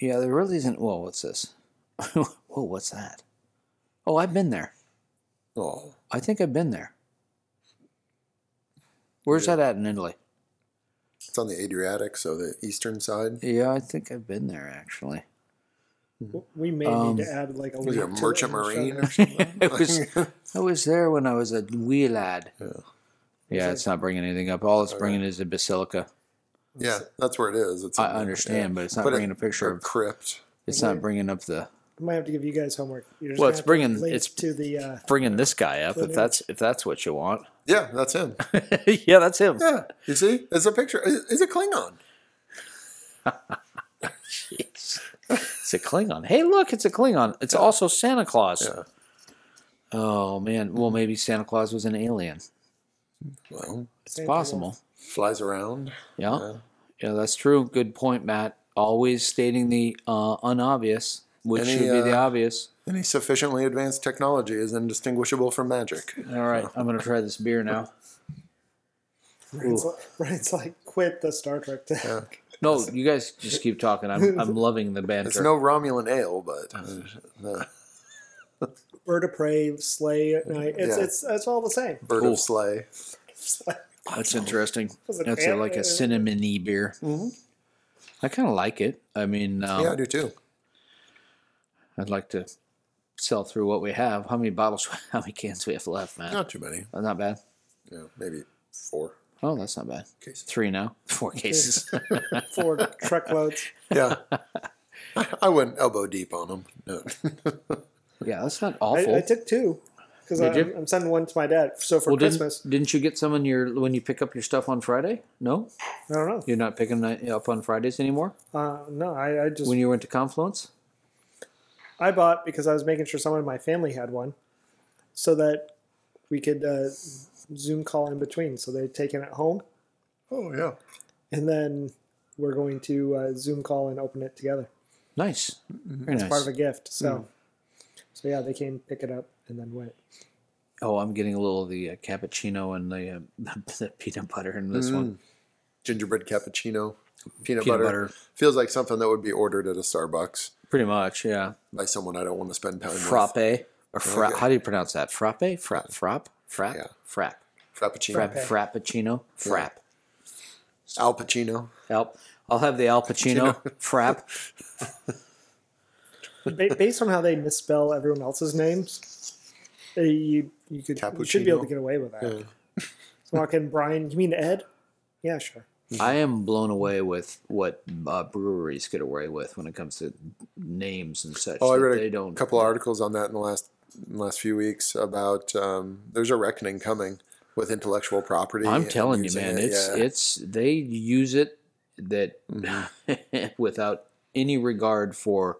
[SPEAKER 4] Yeah, there really isn't. Whoa, what's this? Whoa, what's that? Oh, I've been there.
[SPEAKER 3] Oh,
[SPEAKER 4] I think I've been there. Where's that at in Italy?
[SPEAKER 3] it's on the Adriatic, so the eastern side.
[SPEAKER 4] Yeah, I think I've been there actually.
[SPEAKER 5] W- We may
[SPEAKER 4] Um,
[SPEAKER 5] need to add like a
[SPEAKER 3] Was it
[SPEAKER 5] link to
[SPEAKER 3] Merchant
[SPEAKER 5] it in the show
[SPEAKER 3] Marine or
[SPEAKER 5] notes.
[SPEAKER 3] something?
[SPEAKER 4] I was, I was there when I was a wee lad. Yeah, it's not bringing anything up. All it's bringing is a basilica.
[SPEAKER 3] yeah, that's where it is. It's
[SPEAKER 4] I
[SPEAKER 3] in there,
[SPEAKER 4] understand, but it's not
[SPEAKER 3] But it-
[SPEAKER 4] bringing a picture
[SPEAKER 3] or
[SPEAKER 4] of.
[SPEAKER 3] crypt.
[SPEAKER 4] It's not bringing up the
[SPEAKER 5] I might have to give you guys homework. You're just
[SPEAKER 4] Well,
[SPEAKER 5] gonna
[SPEAKER 4] it's
[SPEAKER 5] have to
[SPEAKER 4] bringing-
[SPEAKER 5] link
[SPEAKER 4] it's-
[SPEAKER 5] to the uh,
[SPEAKER 4] bringing this guy up. If that's if that's what you want.
[SPEAKER 3] Yeah, that's him.
[SPEAKER 4] yeah, that's him.
[SPEAKER 3] Yeah, you see, it's a picture. It's it's a Klingon.
[SPEAKER 4] It's, it's a Klingon. Hey, look, it's a Klingon. It's also Santa Claus.
[SPEAKER 3] Yeah.
[SPEAKER 4] Oh man. Well, maybe Santa Claus was an alien.
[SPEAKER 3] Well,
[SPEAKER 4] It's possible.
[SPEAKER 3] flies around.
[SPEAKER 4] Yeah. yeah. that's true. Good point, Matt. Always stating the uh, unobvious, which
[SPEAKER 3] Any,
[SPEAKER 4] should be the
[SPEAKER 3] uh,
[SPEAKER 4] obvious.
[SPEAKER 3] Any sufficiently advanced technology is indistinguishable from magic.
[SPEAKER 4] All right, I'm gonna try this beer now.
[SPEAKER 5] Ryan's like, Ryan's like quit the Star Trek. thing.
[SPEAKER 4] No, you guys just keep talking. I'm I'm loving the
[SPEAKER 3] It's
[SPEAKER 4] banter.
[SPEAKER 3] no Romulan ale, but uh, uh,
[SPEAKER 5] Bird of prey, slay at night. It's
[SPEAKER 3] Yeah.
[SPEAKER 5] it's it's all the same.
[SPEAKER 3] bird
[SPEAKER 4] Cool.
[SPEAKER 3] of sleigh.
[SPEAKER 4] That's interesting.
[SPEAKER 5] Was it
[SPEAKER 4] That's a, like a
[SPEAKER 5] Ant-Man?
[SPEAKER 4] cinnamony beer. I kind of like it. I mean, um,
[SPEAKER 3] Mm-hmm. yeah, I do too.
[SPEAKER 4] I'd like to sell through what we have. How many bottles? How many cans we have left, man?
[SPEAKER 3] Not too many.
[SPEAKER 4] That's not bad.
[SPEAKER 3] Yeah, maybe four.
[SPEAKER 4] Oh, that's not bad.
[SPEAKER 3] Cases.
[SPEAKER 4] Three now. Four cases.
[SPEAKER 5] Four truckloads.
[SPEAKER 3] Yeah, I, I went elbow deep on them. No.
[SPEAKER 4] yeah, that's not
[SPEAKER 5] I,
[SPEAKER 4] awful.
[SPEAKER 5] I took two because
[SPEAKER 4] Did
[SPEAKER 5] I'm,
[SPEAKER 4] you?
[SPEAKER 5] I'm sending one to my dad. So for
[SPEAKER 4] well,
[SPEAKER 5] Christmas,
[SPEAKER 4] didn't, didn't you get some on your when you pick up your stuff on Friday? No,
[SPEAKER 5] I don't know.
[SPEAKER 4] you're not picking that up on Fridays anymore.
[SPEAKER 5] Uh, no, I, I just
[SPEAKER 4] When you went to Confluence,
[SPEAKER 5] I bought because I was making sure someone in my family had one, so that we could uh, Zoom call in between. So they'd taken it home,
[SPEAKER 3] Oh yeah.
[SPEAKER 5] and then we're going to uh, Zoom call and open it together.
[SPEAKER 4] nice, very nice.
[SPEAKER 5] Mm-hmm.
[SPEAKER 4] Hmm.
[SPEAKER 5] Part of a gift. So, so yeah, they came pick it up and then went.
[SPEAKER 4] oh, I'm getting a little of the uh, cappuccino and the, uh, the peanut butter in this
[SPEAKER 5] Mm.
[SPEAKER 4] one.
[SPEAKER 3] Gingerbread cappuccino,
[SPEAKER 4] Peanut
[SPEAKER 3] peanut, butter.
[SPEAKER 4] butter.
[SPEAKER 3] feels like something that would be ordered at a Starbucks
[SPEAKER 4] Pretty much, yeah.
[SPEAKER 3] by someone I don't want to spend time with.
[SPEAKER 4] Frappe or fra-
[SPEAKER 3] Okay.
[SPEAKER 4] How do you pronounce that? Frappe, frap, frap, frap,
[SPEAKER 3] Yeah.
[SPEAKER 4] frap,
[SPEAKER 3] Frappuccino,
[SPEAKER 4] frap, frappuccino, frap.
[SPEAKER 3] Al Pacino.
[SPEAKER 4] Al, I'll have the Al Pacino frap.
[SPEAKER 5] Ba- Based on how they misspell everyone else's names, uh, you you could you should be able to
[SPEAKER 3] Cappuccino.
[SPEAKER 5] get away with that. So walk in, Brian. You mean Ed? Yeah, sure.
[SPEAKER 4] I am blown away with what uh, breweries get away with when it comes to names and such.
[SPEAKER 3] Oh, I
[SPEAKER 4] that
[SPEAKER 3] read
[SPEAKER 4] they
[SPEAKER 3] a
[SPEAKER 4] don't.
[SPEAKER 3] couple of articles on that in the last in the last few weeks about um, there's a reckoning coming with intellectual property.
[SPEAKER 4] I'm
[SPEAKER 3] and
[SPEAKER 4] telling you,
[SPEAKER 3] using
[SPEAKER 4] man,
[SPEAKER 3] it,
[SPEAKER 4] it's
[SPEAKER 3] yeah.
[SPEAKER 4] it's they use it that
[SPEAKER 3] Mm-hmm.
[SPEAKER 4] without any regard for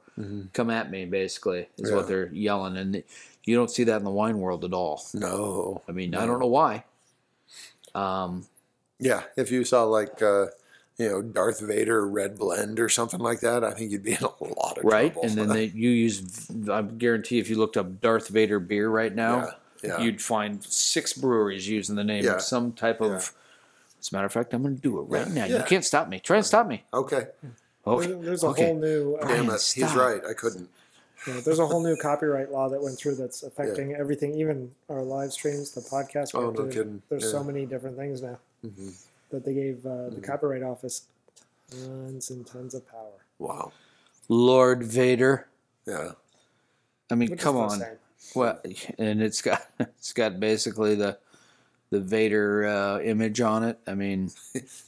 [SPEAKER 4] come at me. Basically, is what
[SPEAKER 3] Yeah.
[SPEAKER 4] they're yelling, and you don't see that in the wine world at all.
[SPEAKER 3] no.
[SPEAKER 4] I mean, I don't know why. Um,
[SPEAKER 3] Yeah, if you saw like uh, you know Darth Vader Red Blend or something like that, I think you'd be in a lot of
[SPEAKER 4] right?
[SPEAKER 3] trouble.
[SPEAKER 4] And then they, you use, I guarantee if you looked up Darth Vader beer right now,
[SPEAKER 3] Yeah, yeah.
[SPEAKER 4] you'd find six breweries using the name
[SPEAKER 3] Yeah.
[SPEAKER 4] of some type of.
[SPEAKER 3] Yeah.
[SPEAKER 4] As a matter of fact, I'm going to do it right now. You
[SPEAKER 3] Yeah.
[SPEAKER 4] can't stop me. Try and stop me. Oh,
[SPEAKER 3] okay,
[SPEAKER 4] Okay.
[SPEAKER 5] There's, there's a
[SPEAKER 4] Okay.
[SPEAKER 5] whole new uh,
[SPEAKER 3] damn
[SPEAKER 4] Brian,
[SPEAKER 3] it, he's
[SPEAKER 4] stop.
[SPEAKER 3] right. I couldn't.
[SPEAKER 5] you know, there's a whole new copyright law that went through that's affecting everything, even our live streams, the podcast. we're
[SPEAKER 3] Oh, no
[SPEAKER 5] doing.
[SPEAKER 3] kidding.
[SPEAKER 5] There's so
[SPEAKER 3] Yeah.
[SPEAKER 5] many different things now
[SPEAKER 3] Mm-hmm.
[SPEAKER 5] that they gave uh, the copyright office tons and tons of power.
[SPEAKER 3] Wow.
[SPEAKER 4] Lord Vader.
[SPEAKER 3] Yeah.
[SPEAKER 4] I mean,
[SPEAKER 5] Which is
[SPEAKER 4] come
[SPEAKER 5] the
[SPEAKER 4] on.
[SPEAKER 5] same.
[SPEAKER 4] Well, and it's got it's got basically the the Vader uh, image on it. I mean,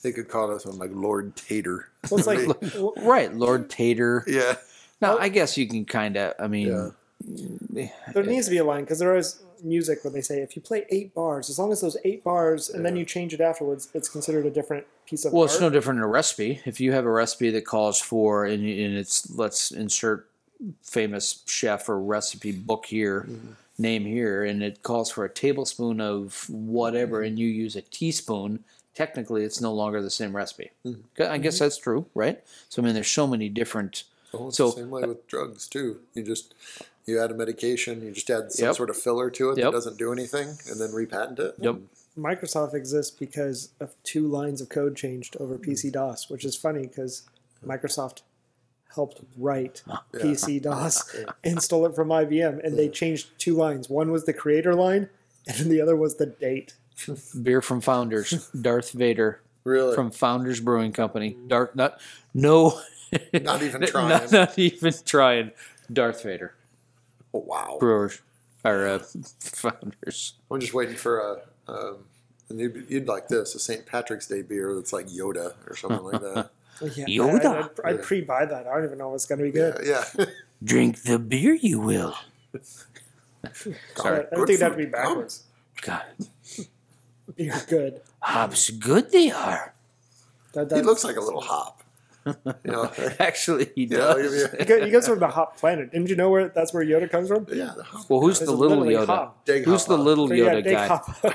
[SPEAKER 3] They could call this one like Lord Tater.
[SPEAKER 5] Well, it's like w-
[SPEAKER 4] right, Lord Tater.
[SPEAKER 3] Yeah.
[SPEAKER 4] Now, I guess you can kind of. I mean,
[SPEAKER 3] Oh. Yeah.
[SPEAKER 5] there needs to be a line because there is music where they say if you play eight bars, as long as those eight bars, and then you change it afterwards, it's considered a different piece of
[SPEAKER 4] Well,
[SPEAKER 5] art.
[SPEAKER 4] it's no different than a recipe. If you have a recipe that calls for, and, and it's let's insert famous chef or recipe book here,
[SPEAKER 3] Mm-hmm.
[SPEAKER 4] name here, and it calls for a tablespoon of
[SPEAKER 3] Mm-hmm.
[SPEAKER 4] whatever, and you use a teaspoon, technically it's no longer the same recipe. Okay,
[SPEAKER 3] Mm-hmm.
[SPEAKER 4] I guess that's true, right? So, I mean, there's so many different.
[SPEAKER 3] Well, it's
[SPEAKER 4] So-
[SPEAKER 3] the same way with drugs too. You just you add a medication, you just add some
[SPEAKER 4] Yep.
[SPEAKER 3] sort of filler to it
[SPEAKER 4] Yep.
[SPEAKER 3] that doesn't do anything, and then repatent it.
[SPEAKER 4] Yep.
[SPEAKER 5] Microsoft exists because of two lines of code changed over
[SPEAKER 3] Hmm.
[SPEAKER 5] PC DOS, which is funny because Microsoft helped write PC DOS, install it from IBM, and they changed two lines. One was the creator line, and the other was the date.
[SPEAKER 4] Beer from Founders, Darth Vader
[SPEAKER 3] Really? Mm-hmm.
[SPEAKER 4] from Founders Brewing Company. Dark, not, no,
[SPEAKER 3] Not even
[SPEAKER 4] Not-
[SPEAKER 3] trying.
[SPEAKER 4] Not, even trying. Darth Vader.
[SPEAKER 3] Oh, wow.
[SPEAKER 4] Brewers. Or uh, founders.
[SPEAKER 3] I'm just waiting for a. Um, and you'd, you'd like this, a St. Patrick's Day beer that's like Yoda or something like that.
[SPEAKER 5] Well, yeah,
[SPEAKER 4] Yoda.
[SPEAKER 5] I, would I'd pre-buy that. I don't even know if it's going to be good.
[SPEAKER 3] Yeah. yeah.
[SPEAKER 4] Drink the beer you will.
[SPEAKER 5] I, I
[SPEAKER 3] Good
[SPEAKER 5] think that'd
[SPEAKER 3] for
[SPEAKER 5] be
[SPEAKER 3] them.
[SPEAKER 5] backwards.
[SPEAKER 4] God.
[SPEAKER 5] You're good.
[SPEAKER 4] Hops good they are.
[SPEAKER 5] That,
[SPEAKER 3] He
[SPEAKER 5] that,
[SPEAKER 3] looks like a little hop. You know,
[SPEAKER 4] Actually, he
[SPEAKER 3] yeah,
[SPEAKER 4] does.
[SPEAKER 5] you guys- you guys are the hop planet. Didn't you know where that's where Yoda comes from?
[SPEAKER 3] yeah, the hop.
[SPEAKER 4] Well, who's
[SPEAKER 5] It's
[SPEAKER 4] the little
[SPEAKER 5] literally
[SPEAKER 4] Yoda?
[SPEAKER 5] hop.
[SPEAKER 3] Dig
[SPEAKER 4] Who's
[SPEAKER 3] hop
[SPEAKER 4] the
[SPEAKER 3] up.
[SPEAKER 4] little
[SPEAKER 5] So, yeah,
[SPEAKER 4] Yoda
[SPEAKER 5] big
[SPEAKER 4] guy?
[SPEAKER 5] hop.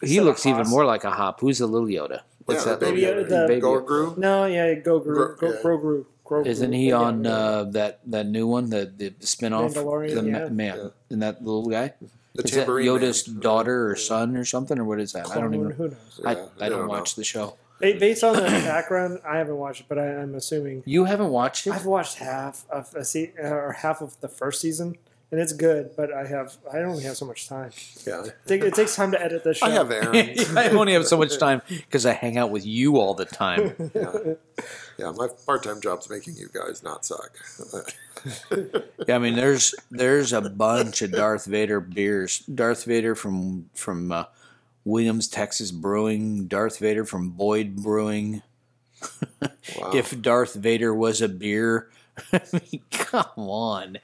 [SPEAKER 4] He looks even
[SPEAKER 5] Haas.
[SPEAKER 4] more like a hop. Who's the little Yoda? What's
[SPEAKER 3] Yeah,
[SPEAKER 4] that
[SPEAKER 3] the
[SPEAKER 4] little
[SPEAKER 3] baby
[SPEAKER 4] Yoda?
[SPEAKER 5] Yoda, the-
[SPEAKER 4] Baby Yoda.
[SPEAKER 3] Gorgru.
[SPEAKER 5] no, yeah, Grogu.
[SPEAKER 3] Gro-
[SPEAKER 5] Go,
[SPEAKER 3] yeah.
[SPEAKER 5] Grogu. Grogu.
[SPEAKER 4] Isn't he
[SPEAKER 5] Yeah,
[SPEAKER 4] on
[SPEAKER 5] yeah.
[SPEAKER 4] uh, that that new one, the the spinoff,
[SPEAKER 5] Mandalorian,
[SPEAKER 4] the ma-
[SPEAKER 5] yeah.
[SPEAKER 4] man,
[SPEAKER 3] Yeah.
[SPEAKER 4] and that little guy?
[SPEAKER 3] The
[SPEAKER 4] is that
[SPEAKER 3] tambourine
[SPEAKER 4] Yoda's
[SPEAKER 3] man.
[SPEAKER 4] daughter or son or something, or what is that? I
[SPEAKER 5] Clone
[SPEAKER 4] don't
[SPEAKER 5] Wars,
[SPEAKER 4] even.
[SPEAKER 5] Who knows?
[SPEAKER 4] I,
[SPEAKER 3] Yeah,
[SPEAKER 4] I
[SPEAKER 3] I
[SPEAKER 4] don't
[SPEAKER 3] don't
[SPEAKER 4] watch the show.
[SPEAKER 5] Ba- Based on the background, I haven't watched it, but I, I'm assuming
[SPEAKER 4] You haven't watched it?
[SPEAKER 5] I've watched half of a se- or half of the first season, and it's good. But I have I only have so much time.
[SPEAKER 3] Yeah.
[SPEAKER 5] It, take- it takes time to edit this show.
[SPEAKER 3] I have errands.
[SPEAKER 4] I only have so much time because I hang out with you all the time.
[SPEAKER 3] yeah, my part time job's making you guys not suck.
[SPEAKER 4] Yeah, I mean, there's there's a bunch of Darth Vader beers. Darth Vader from from uh, Williams Texas Brewing. Darth Vader from Boyd Brewing.
[SPEAKER 3] Wow.
[SPEAKER 5] Oh.
[SPEAKER 4] If Darth Vader was a beer, I mean, come on.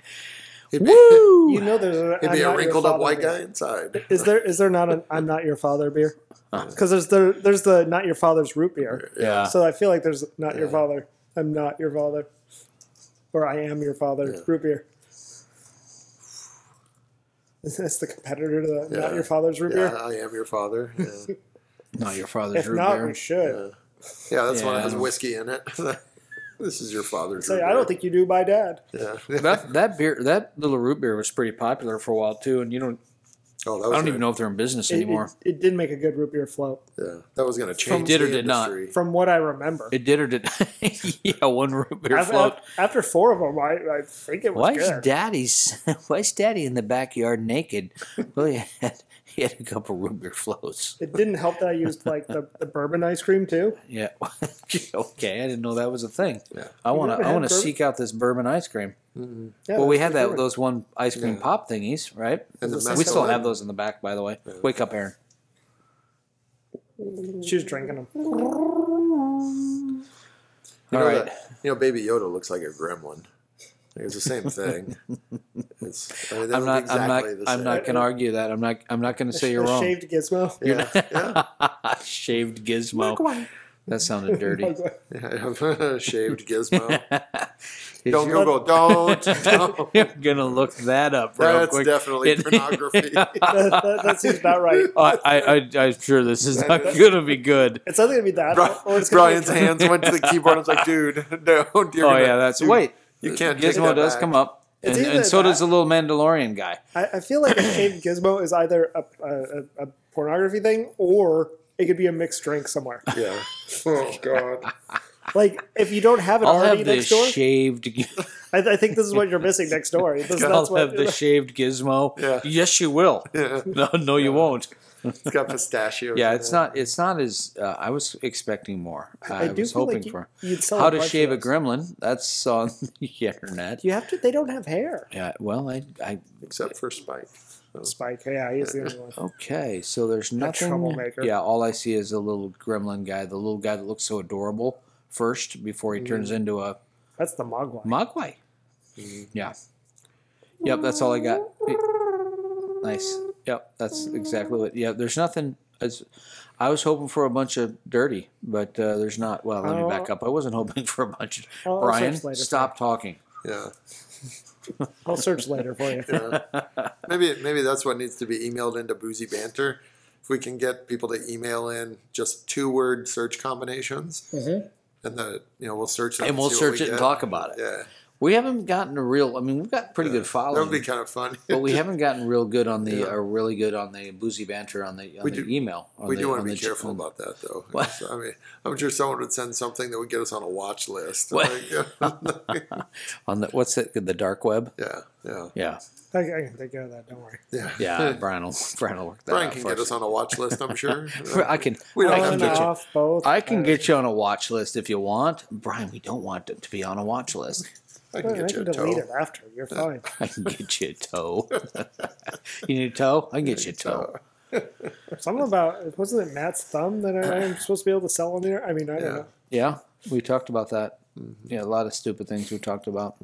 [SPEAKER 3] He'd be-
[SPEAKER 4] Woo!
[SPEAKER 5] You know, there's a,
[SPEAKER 3] He'd
[SPEAKER 5] I'm
[SPEAKER 3] be
[SPEAKER 5] Not
[SPEAKER 3] a
[SPEAKER 5] Your
[SPEAKER 3] wrinkled up
[SPEAKER 5] Father
[SPEAKER 3] white
[SPEAKER 5] beer.
[SPEAKER 3] guy inside.
[SPEAKER 5] Is there is there not an I'm not your father beer? Because there's the there's the not your father's root beer.
[SPEAKER 4] yeah.
[SPEAKER 5] So I feel like there's not your father. I'm not your father, or I am your father root beer. That's the competitor to the not
[SPEAKER 3] Yeah.
[SPEAKER 5] your father's root
[SPEAKER 3] Yeah,
[SPEAKER 5] beer.
[SPEAKER 3] I am your father. Yeah,
[SPEAKER 4] not your father's
[SPEAKER 5] If
[SPEAKER 4] root
[SPEAKER 5] not,
[SPEAKER 4] beer.
[SPEAKER 5] we should.
[SPEAKER 3] Yeah, that's one
[SPEAKER 4] Yeah.
[SPEAKER 3] that has whiskey in it. this is your father's.
[SPEAKER 5] Say,
[SPEAKER 3] root
[SPEAKER 5] I don't
[SPEAKER 3] beer.
[SPEAKER 5] think you do, my dad.
[SPEAKER 3] Yeah.
[SPEAKER 4] that that beer, that little root beer, was pretty popular for a while too. And you don't,
[SPEAKER 3] oh, that was
[SPEAKER 4] I don't
[SPEAKER 3] gonna-
[SPEAKER 4] even know if they're in business
[SPEAKER 5] It,
[SPEAKER 4] anymore.
[SPEAKER 5] it, it did make a good root beer float,
[SPEAKER 3] Yeah, that was going to change.
[SPEAKER 4] did or
[SPEAKER 3] the
[SPEAKER 4] did not.
[SPEAKER 3] industry.
[SPEAKER 5] from what I remember.
[SPEAKER 4] It, did or did? yeah, one root beer
[SPEAKER 5] After,
[SPEAKER 4] float.
[SPEAKER 5] after four of them, I, I think it was
[SPEAKER 4] Why is
[SPEAKER 5] good.
[SPEAKER 4] daddy's? Why is daddy in the backyard naked? Well, he had, he had a couple root beer floats.
[SPEAKER 5] It didn't help that I used like the, the bourbon ice cream too.
[SPEAKER 4] Yeah. okay, I didn't know that was a thing.
[SPEAKER 3] Yeah.
[SPEAKER 4] I want
[SPEAKER 5] ever
[SPEAKER 4] to. I
[SPEAKER 5] had
[SPEAKER 4] want to
[SPEAKER 5] bourbon?
[SPEAKER 4] seek out this bourbon ice cream.
[SPEAKER 3] Mm-hmm.
[SPEAKER 5] Yeah,
[SPEAKER 4] well, we
[SPEAKER 5] that's
[SPEAKER 4] had
[SPEAKER 5] the
[SPEAKER 4] that
[SPEAKER 5] bourbon.
[SPEAKER 4] those one ice cream
[SPEAKER 3] Yeah.
[SPEAKER 4] pop thingies, right?
[SPEAKER 3] And the
[SPEAKER 5] We
[SPEAKER 4] We
[SPEAKER 3] mescaline.
[SPEAKER 4] still have those in the back, by the way. Wake up, Aaron.
[SPEAKER 5] She was drinking them.
[SPEAKER 3] You
[SPEAKER 4] All
[SPEAKER 3] know,
[SPEAKER 4] right.
[SPEAKER 3] that- you know, Baby Yoda looks like a gremlin. It's the same thing. It's, I mean, they
[SPEAKER 4] I'm
[SPEAKER 3] look
[SPEAKER 4] not. I'm
[SPEAKER 3] Exactly
[SPEAKER 4] not.
[SPEAKER 3] the
[SPEAKER 4] I'm
[SPEAKER 3] same.
[SPEAKER 4] not going to argue that. I'm not. I'm not going to say you're
[SPEAKER 5] A
[SPEAKER 4] wrong.
[SPEAKER 5] Shaved gizmo.
[SPEAKER 3] Yeah, yeah.
[SPEAKER 4] Shaved Gizmo. That sounded dirty.
[SPEAKER 3] yeah. Shaved Gizmo.
[SPEAKER 4] Is
[SPEAKER 3] Don't
[SPEAKER 4] your-
[SPEAKER 3] Google.
[SPEAKER 4] Oh,
[SPEAKER 3] Don't.
[SPEAKER 4] You're gonna look that up real
[SPEAKER 3] That's
[SPEAKER 4] quick.
[SPEAKER 3] definitely
[SPEAKER 4] It- Oh,
[SPEAKER 3] pornography.
[SPEAKER 5] that, that, that seems about right.
[SPEAKER 4] I, I, I, am sure this is not gonna be good.
[SPEAKER 5] It's either gonna be that, or it's gonna
[SPEAKER 3] Brian's
[SPEAKER 5] be
[SPEAKER 3] hands went to the keyboard. I was like, dude, no. You're
[SPEAKER 4] Oh yeah, that's wait.
[SPEAKER 3] You can't. take
[SPEAKER 4] Gizmo
[SPEAKER 3] that
[SPEAKER 4] does
[SPEAKER 3] back.
[SPEAKER 4] come up, and,
[SPEAKER 5] It's either
[SPEAKER 4] and so does the
[SPEAKER 5] that-
[SPEAKER 4] little Mandalorian guy.
[SPEAKER 5] I, I feel like a shaved gizmo is either a, a, a, a pornography thing or it could be a mixed drink somewhere.
[SPEAKER 3] Yeah. Oh God.
[SPEAKER 5] Like if you don't have it
[SPEAKER 4] I'll
[SPEAKER 5] already
[SPEAKER 4] have the
[SPEAKER 5] next door,
[SPEAKER 4] shaved.
[SPEAKER 5] I, I think this is what you're missing next door. This,
[SPEAKER 4] I'll
[SPEAKER 5] that's what,
[SPEAKER 4] have the shaved Gizmo.
[SPEAKER 3] Yeah.
[SPEAKER 4] Yes, you will.
[SPEAKER 3] Yeah.
[SPEAKER 4] No, no, you won't.
[SPEAKER 3] It's got pistachios.
[SPEAKER 4] Yeah,
[SPEAKER 3] in
[SPEAKER 4] it's
[SPEAKER 3] it.
[SPEAKER 4] not. It's not as uh, I was expecting more. I,
[SPEAKER 5] I do
[SPEAKER 4] was
[SPEAKER 5] feel
[SPEAKER 4] hoping
[SPEAKER 5] like you-
[SPEAKER 4] for
[SPEAKER 5] you'd sell
[SPEAKER 4] how
[SPEAKER 5] a
[SPEAKER 4] to
[SPEAKER 5] bunch of
[SPEAKER 4] shave a
[SPEAKER 5] those.
[SPEAKER 4] gremlin. That's on the internet.
[SPEAKER 5] You have to. They don't have hair.
[SPEAKER 4] Yeah. Well, I, I.
[SPEAKER 3] except for Spike.
[SPEAKER 5] Spike. Yeah, he's the only one.
[SPEAKER 4] Okay, so there's nothing.
[SPEAKER 5] troublemaker.
[SPEAKER 4] Yeah, all I see is a little gremlin guy, the little guy that looks so adorable first before he turns
[SPEAKER 5] Mm-hmm.
[SPEAKER 4] into a
[SPEAKER 5] That's the Mogwai.
[SPEAKER 4] mogwai.
[SPEAKER 5] Mm-hmm.
[SPEAKER 4] Yeah. Yep, that's all I got. It- nice. Yep, that's exactly what. Yeah, there's nothing. As, I was hoping for a bunch of dirty, but uh, there's not. Well, let me back up. I wasn't hoping for a bunch of.
[SPEAKER 5] I'll- I'll
[SPEAKER 4] Brian,
[SPEAKER 5] Oh. search later for
[SPEAKER 4] stop talking.
[SPEAKER 3] Yeah.
[SPEAKER 5] I'll search later for you.
[SPEAKER 3] Maybe maybe that's what needs to be emailed into Boozy Banter. If we can get people to email in just two word search combinations, and the you know we'll search them
[SPEAKER 4] Mm-hmm. And we'll
[SPEAKER 3] see what
[SPEAKER 4] search
[SPEAKER 3] we
[SPEAKER 4] it and
[SPEAKER 3] get.
[SPEAKER 4] talk about it.
[SPEAKER 3] Yeah,
[SPEAKER 4] We haven't gotten a real. I mean, we've got pretty good
[SPEAKER 3] that would
[SPEAKER 4] following.
[SPEAKER 3] be kind of fun.
[SPEAKER 4] but we haven't gotten real good on the
[SPEAKER 3] Yeah.
[SPEAKER 4] or really good on the boozy banter on the on
[SPEAKER 3] We
[SPEAKER 4] the
[SPEAKER 3] do-
[SPEAKER 4] email. on
[SPEAKER 3] we
[SPEAKER 4] the-
[SPEAKER 3] do want
[SPEAKER 4] on
[SPEAKER 3] to be
[SPEAKER 4] the-
[SPEAKER 3] careful
[SPEAKER 4] on-
[SPEAKER 3] about that though. So, I mean, I'm sure someone would send something that would get us on a watch list.
[SPEAKER 4] What?
[SPEAKER 3] Like, yeah,
[SPEAKER 4] on the what's it the dark web.
[SPEAKER 3] yeah, yeah.
[SPEAKER 4] Yeah,
[SPEAKER 5] I, I can take care of that. Don't worry.
[SPEAKER 3] Yeah.
[SPEAKER 4] Yeah, Brian will Brian will work that
[SPEAKER 3] Brian
[SPEAKER 4] out
[SPEAKER 3] can
[SPEAKER 4] for
[SPEAKER 3] get
[SPEAKER 4] us.
[SPEAKER 3] us on a watch list, I'm sure.
[SPEAKER 4] I can.
[SPEAKER 3] We don't
[SPEAKER 4] I
[SPEAKER 3] have
[SPEAKER 4] can
[SPEAKER 3] to
[SPEAKER 5] On
[SPEAKER 4] get
[SPEAKER 5] and
[SPEAKER 4] you.
[SPEAKER 5] off both.
[SPEAKER 4] I can
[SPEAKER 5] Uh,
[SPEAKER 4] get you on a watch list if you want, Brian. We don't want to, to be on a watch list.
[SPEAKER 3] I
[SPEAKER 5] I
[SPEAKER 3] can
[SPEAKER 5] can
[SPEAKER 3] get you a
[SPEAKER 5] delete it
[SPEAKER 3] toe.
[SPEAKER 5] after. You're fine.
[SPEAKER 4] I can get you a toe. you need a toe? I can get you a toe.
[SPEAKER 5] Something about wasn't it Matt's thumb that I, I'm supposed to be able to sell on there? I mean, I don't
[SPEAKER 3] Yeah.
[SPEAKER 5] know.
[SPEAKER 4] Yeah, we talked about that.
[SPEAKER 3] Mm-hmm.
[SPEAKER 4] Yeah, a lot of stupid things we talked about.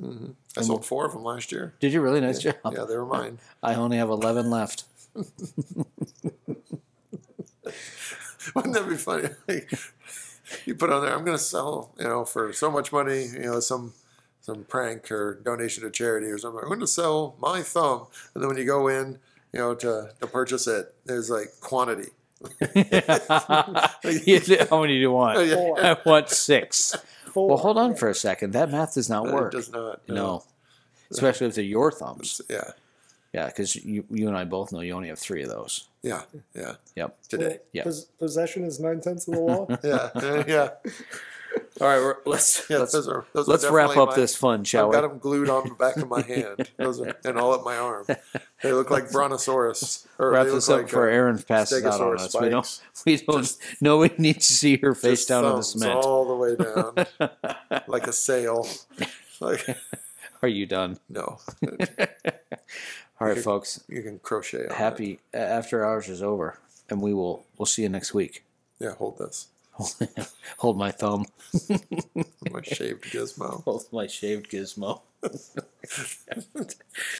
[SPEAKER 3] I sold four of them last year.
[SPEAKER 4] Did you really nice job?
[SPEAKER 3] Yeah, they were mine.
[SPEAKER 4] I only have eleven left.
[SPEAKER 3] Wouldn't that be funny? Like, you put on there, I'm going to sell, you know, for so much money, you know, some some prank or donation to charity or something. I'm going to sell my thumb, and then when you go in, you know, to to purchase it, there's like quantity.
[SPEAKER 4] You do- How many do you want?
[SPEAKER 3] Four.
[SPEAKER 4] I want six.
[SPEAKER 5] Four.
[SPEAKER 4] Well, hold on for a second. That math does not
[SPEAKER 3] It
[SPEAKER 4] work.
[SPEAKER 3] does not. uh,
[SPEAKER 4] no. especially if they're your thumbs.
[SPEAKER 3] Yeah.
[SPEAKER 4] Yeah, because you, you and I both know you only have three of those.
[SPEAKER 3] Yeah. Yeah.
[SPEAKER 4] Yep.
[SPEAKER 3] Today.
[SPEAKER 4] Yeah.
[SPEAKER 5] Pos- possession is nine tenths of the law.
[SPEAKER 3] Yeah. Yeah.
[SPEAKER 4] All right, we're, let's
[SPEAKER 3] Yeah.
[SPEAKER 4] let's,
[SPEAKER 3] those are, those are
[SPEAKER 4] let's wrap
[SPEAKER 3] definitely
[SPEAKER 4] up
[SPEAKER 3] my-
[SPEAKER 4] this fun, shall
[SPEAKER 3] I've
[SPEAKER 4] we?
[SPEAKER 3] got them glued on the back of my hand those are, and all up my arm. They look like brontosaurus. Or
[SPEAKER 4] Wrap
[SPEAKER 3] they
[SPEAKER 4] this
[SPEAKER 3] look
[SPEAKER 4] up
[SPEAKER 3] like,
[SPEAKER 4] before
[SPEAKER 3] uh,
[SPEAKER 4] Erin passes out on
[SPEAKER 3] Stegosaurus
[SPEAKER 4] us. We don't.
[SPEAKER 3] spikes.
[SPEAKER 4] We don't. nobody needs to see her face
[SPEAKER 3] just
[SPEAKER 4] down on the
[SPEAKER 3] thumbs Oh.
[SPEAKER 4] cement.
[SPEAKER 3] all the way down, like a sail. Like
[SPEAKER 4] Are you done?
[SPEAKER 3] no,
[SPEAKER 4] All right,
[SPEAKER 3] Okay.
[SPEAKER 4] folks.
[SPEAKER 3] you can crochet. On it.
[SPEAKER 4] Happy uh, after hours is over, and we will we'll see you next week.
[SPEAKER 3] Yeah, hold this.
[SPEAKER 4] Hold my thumb.
[SPEAKER 3] My shaved gizmo.
[SPEAKER 4] Hold my shaved gizmo.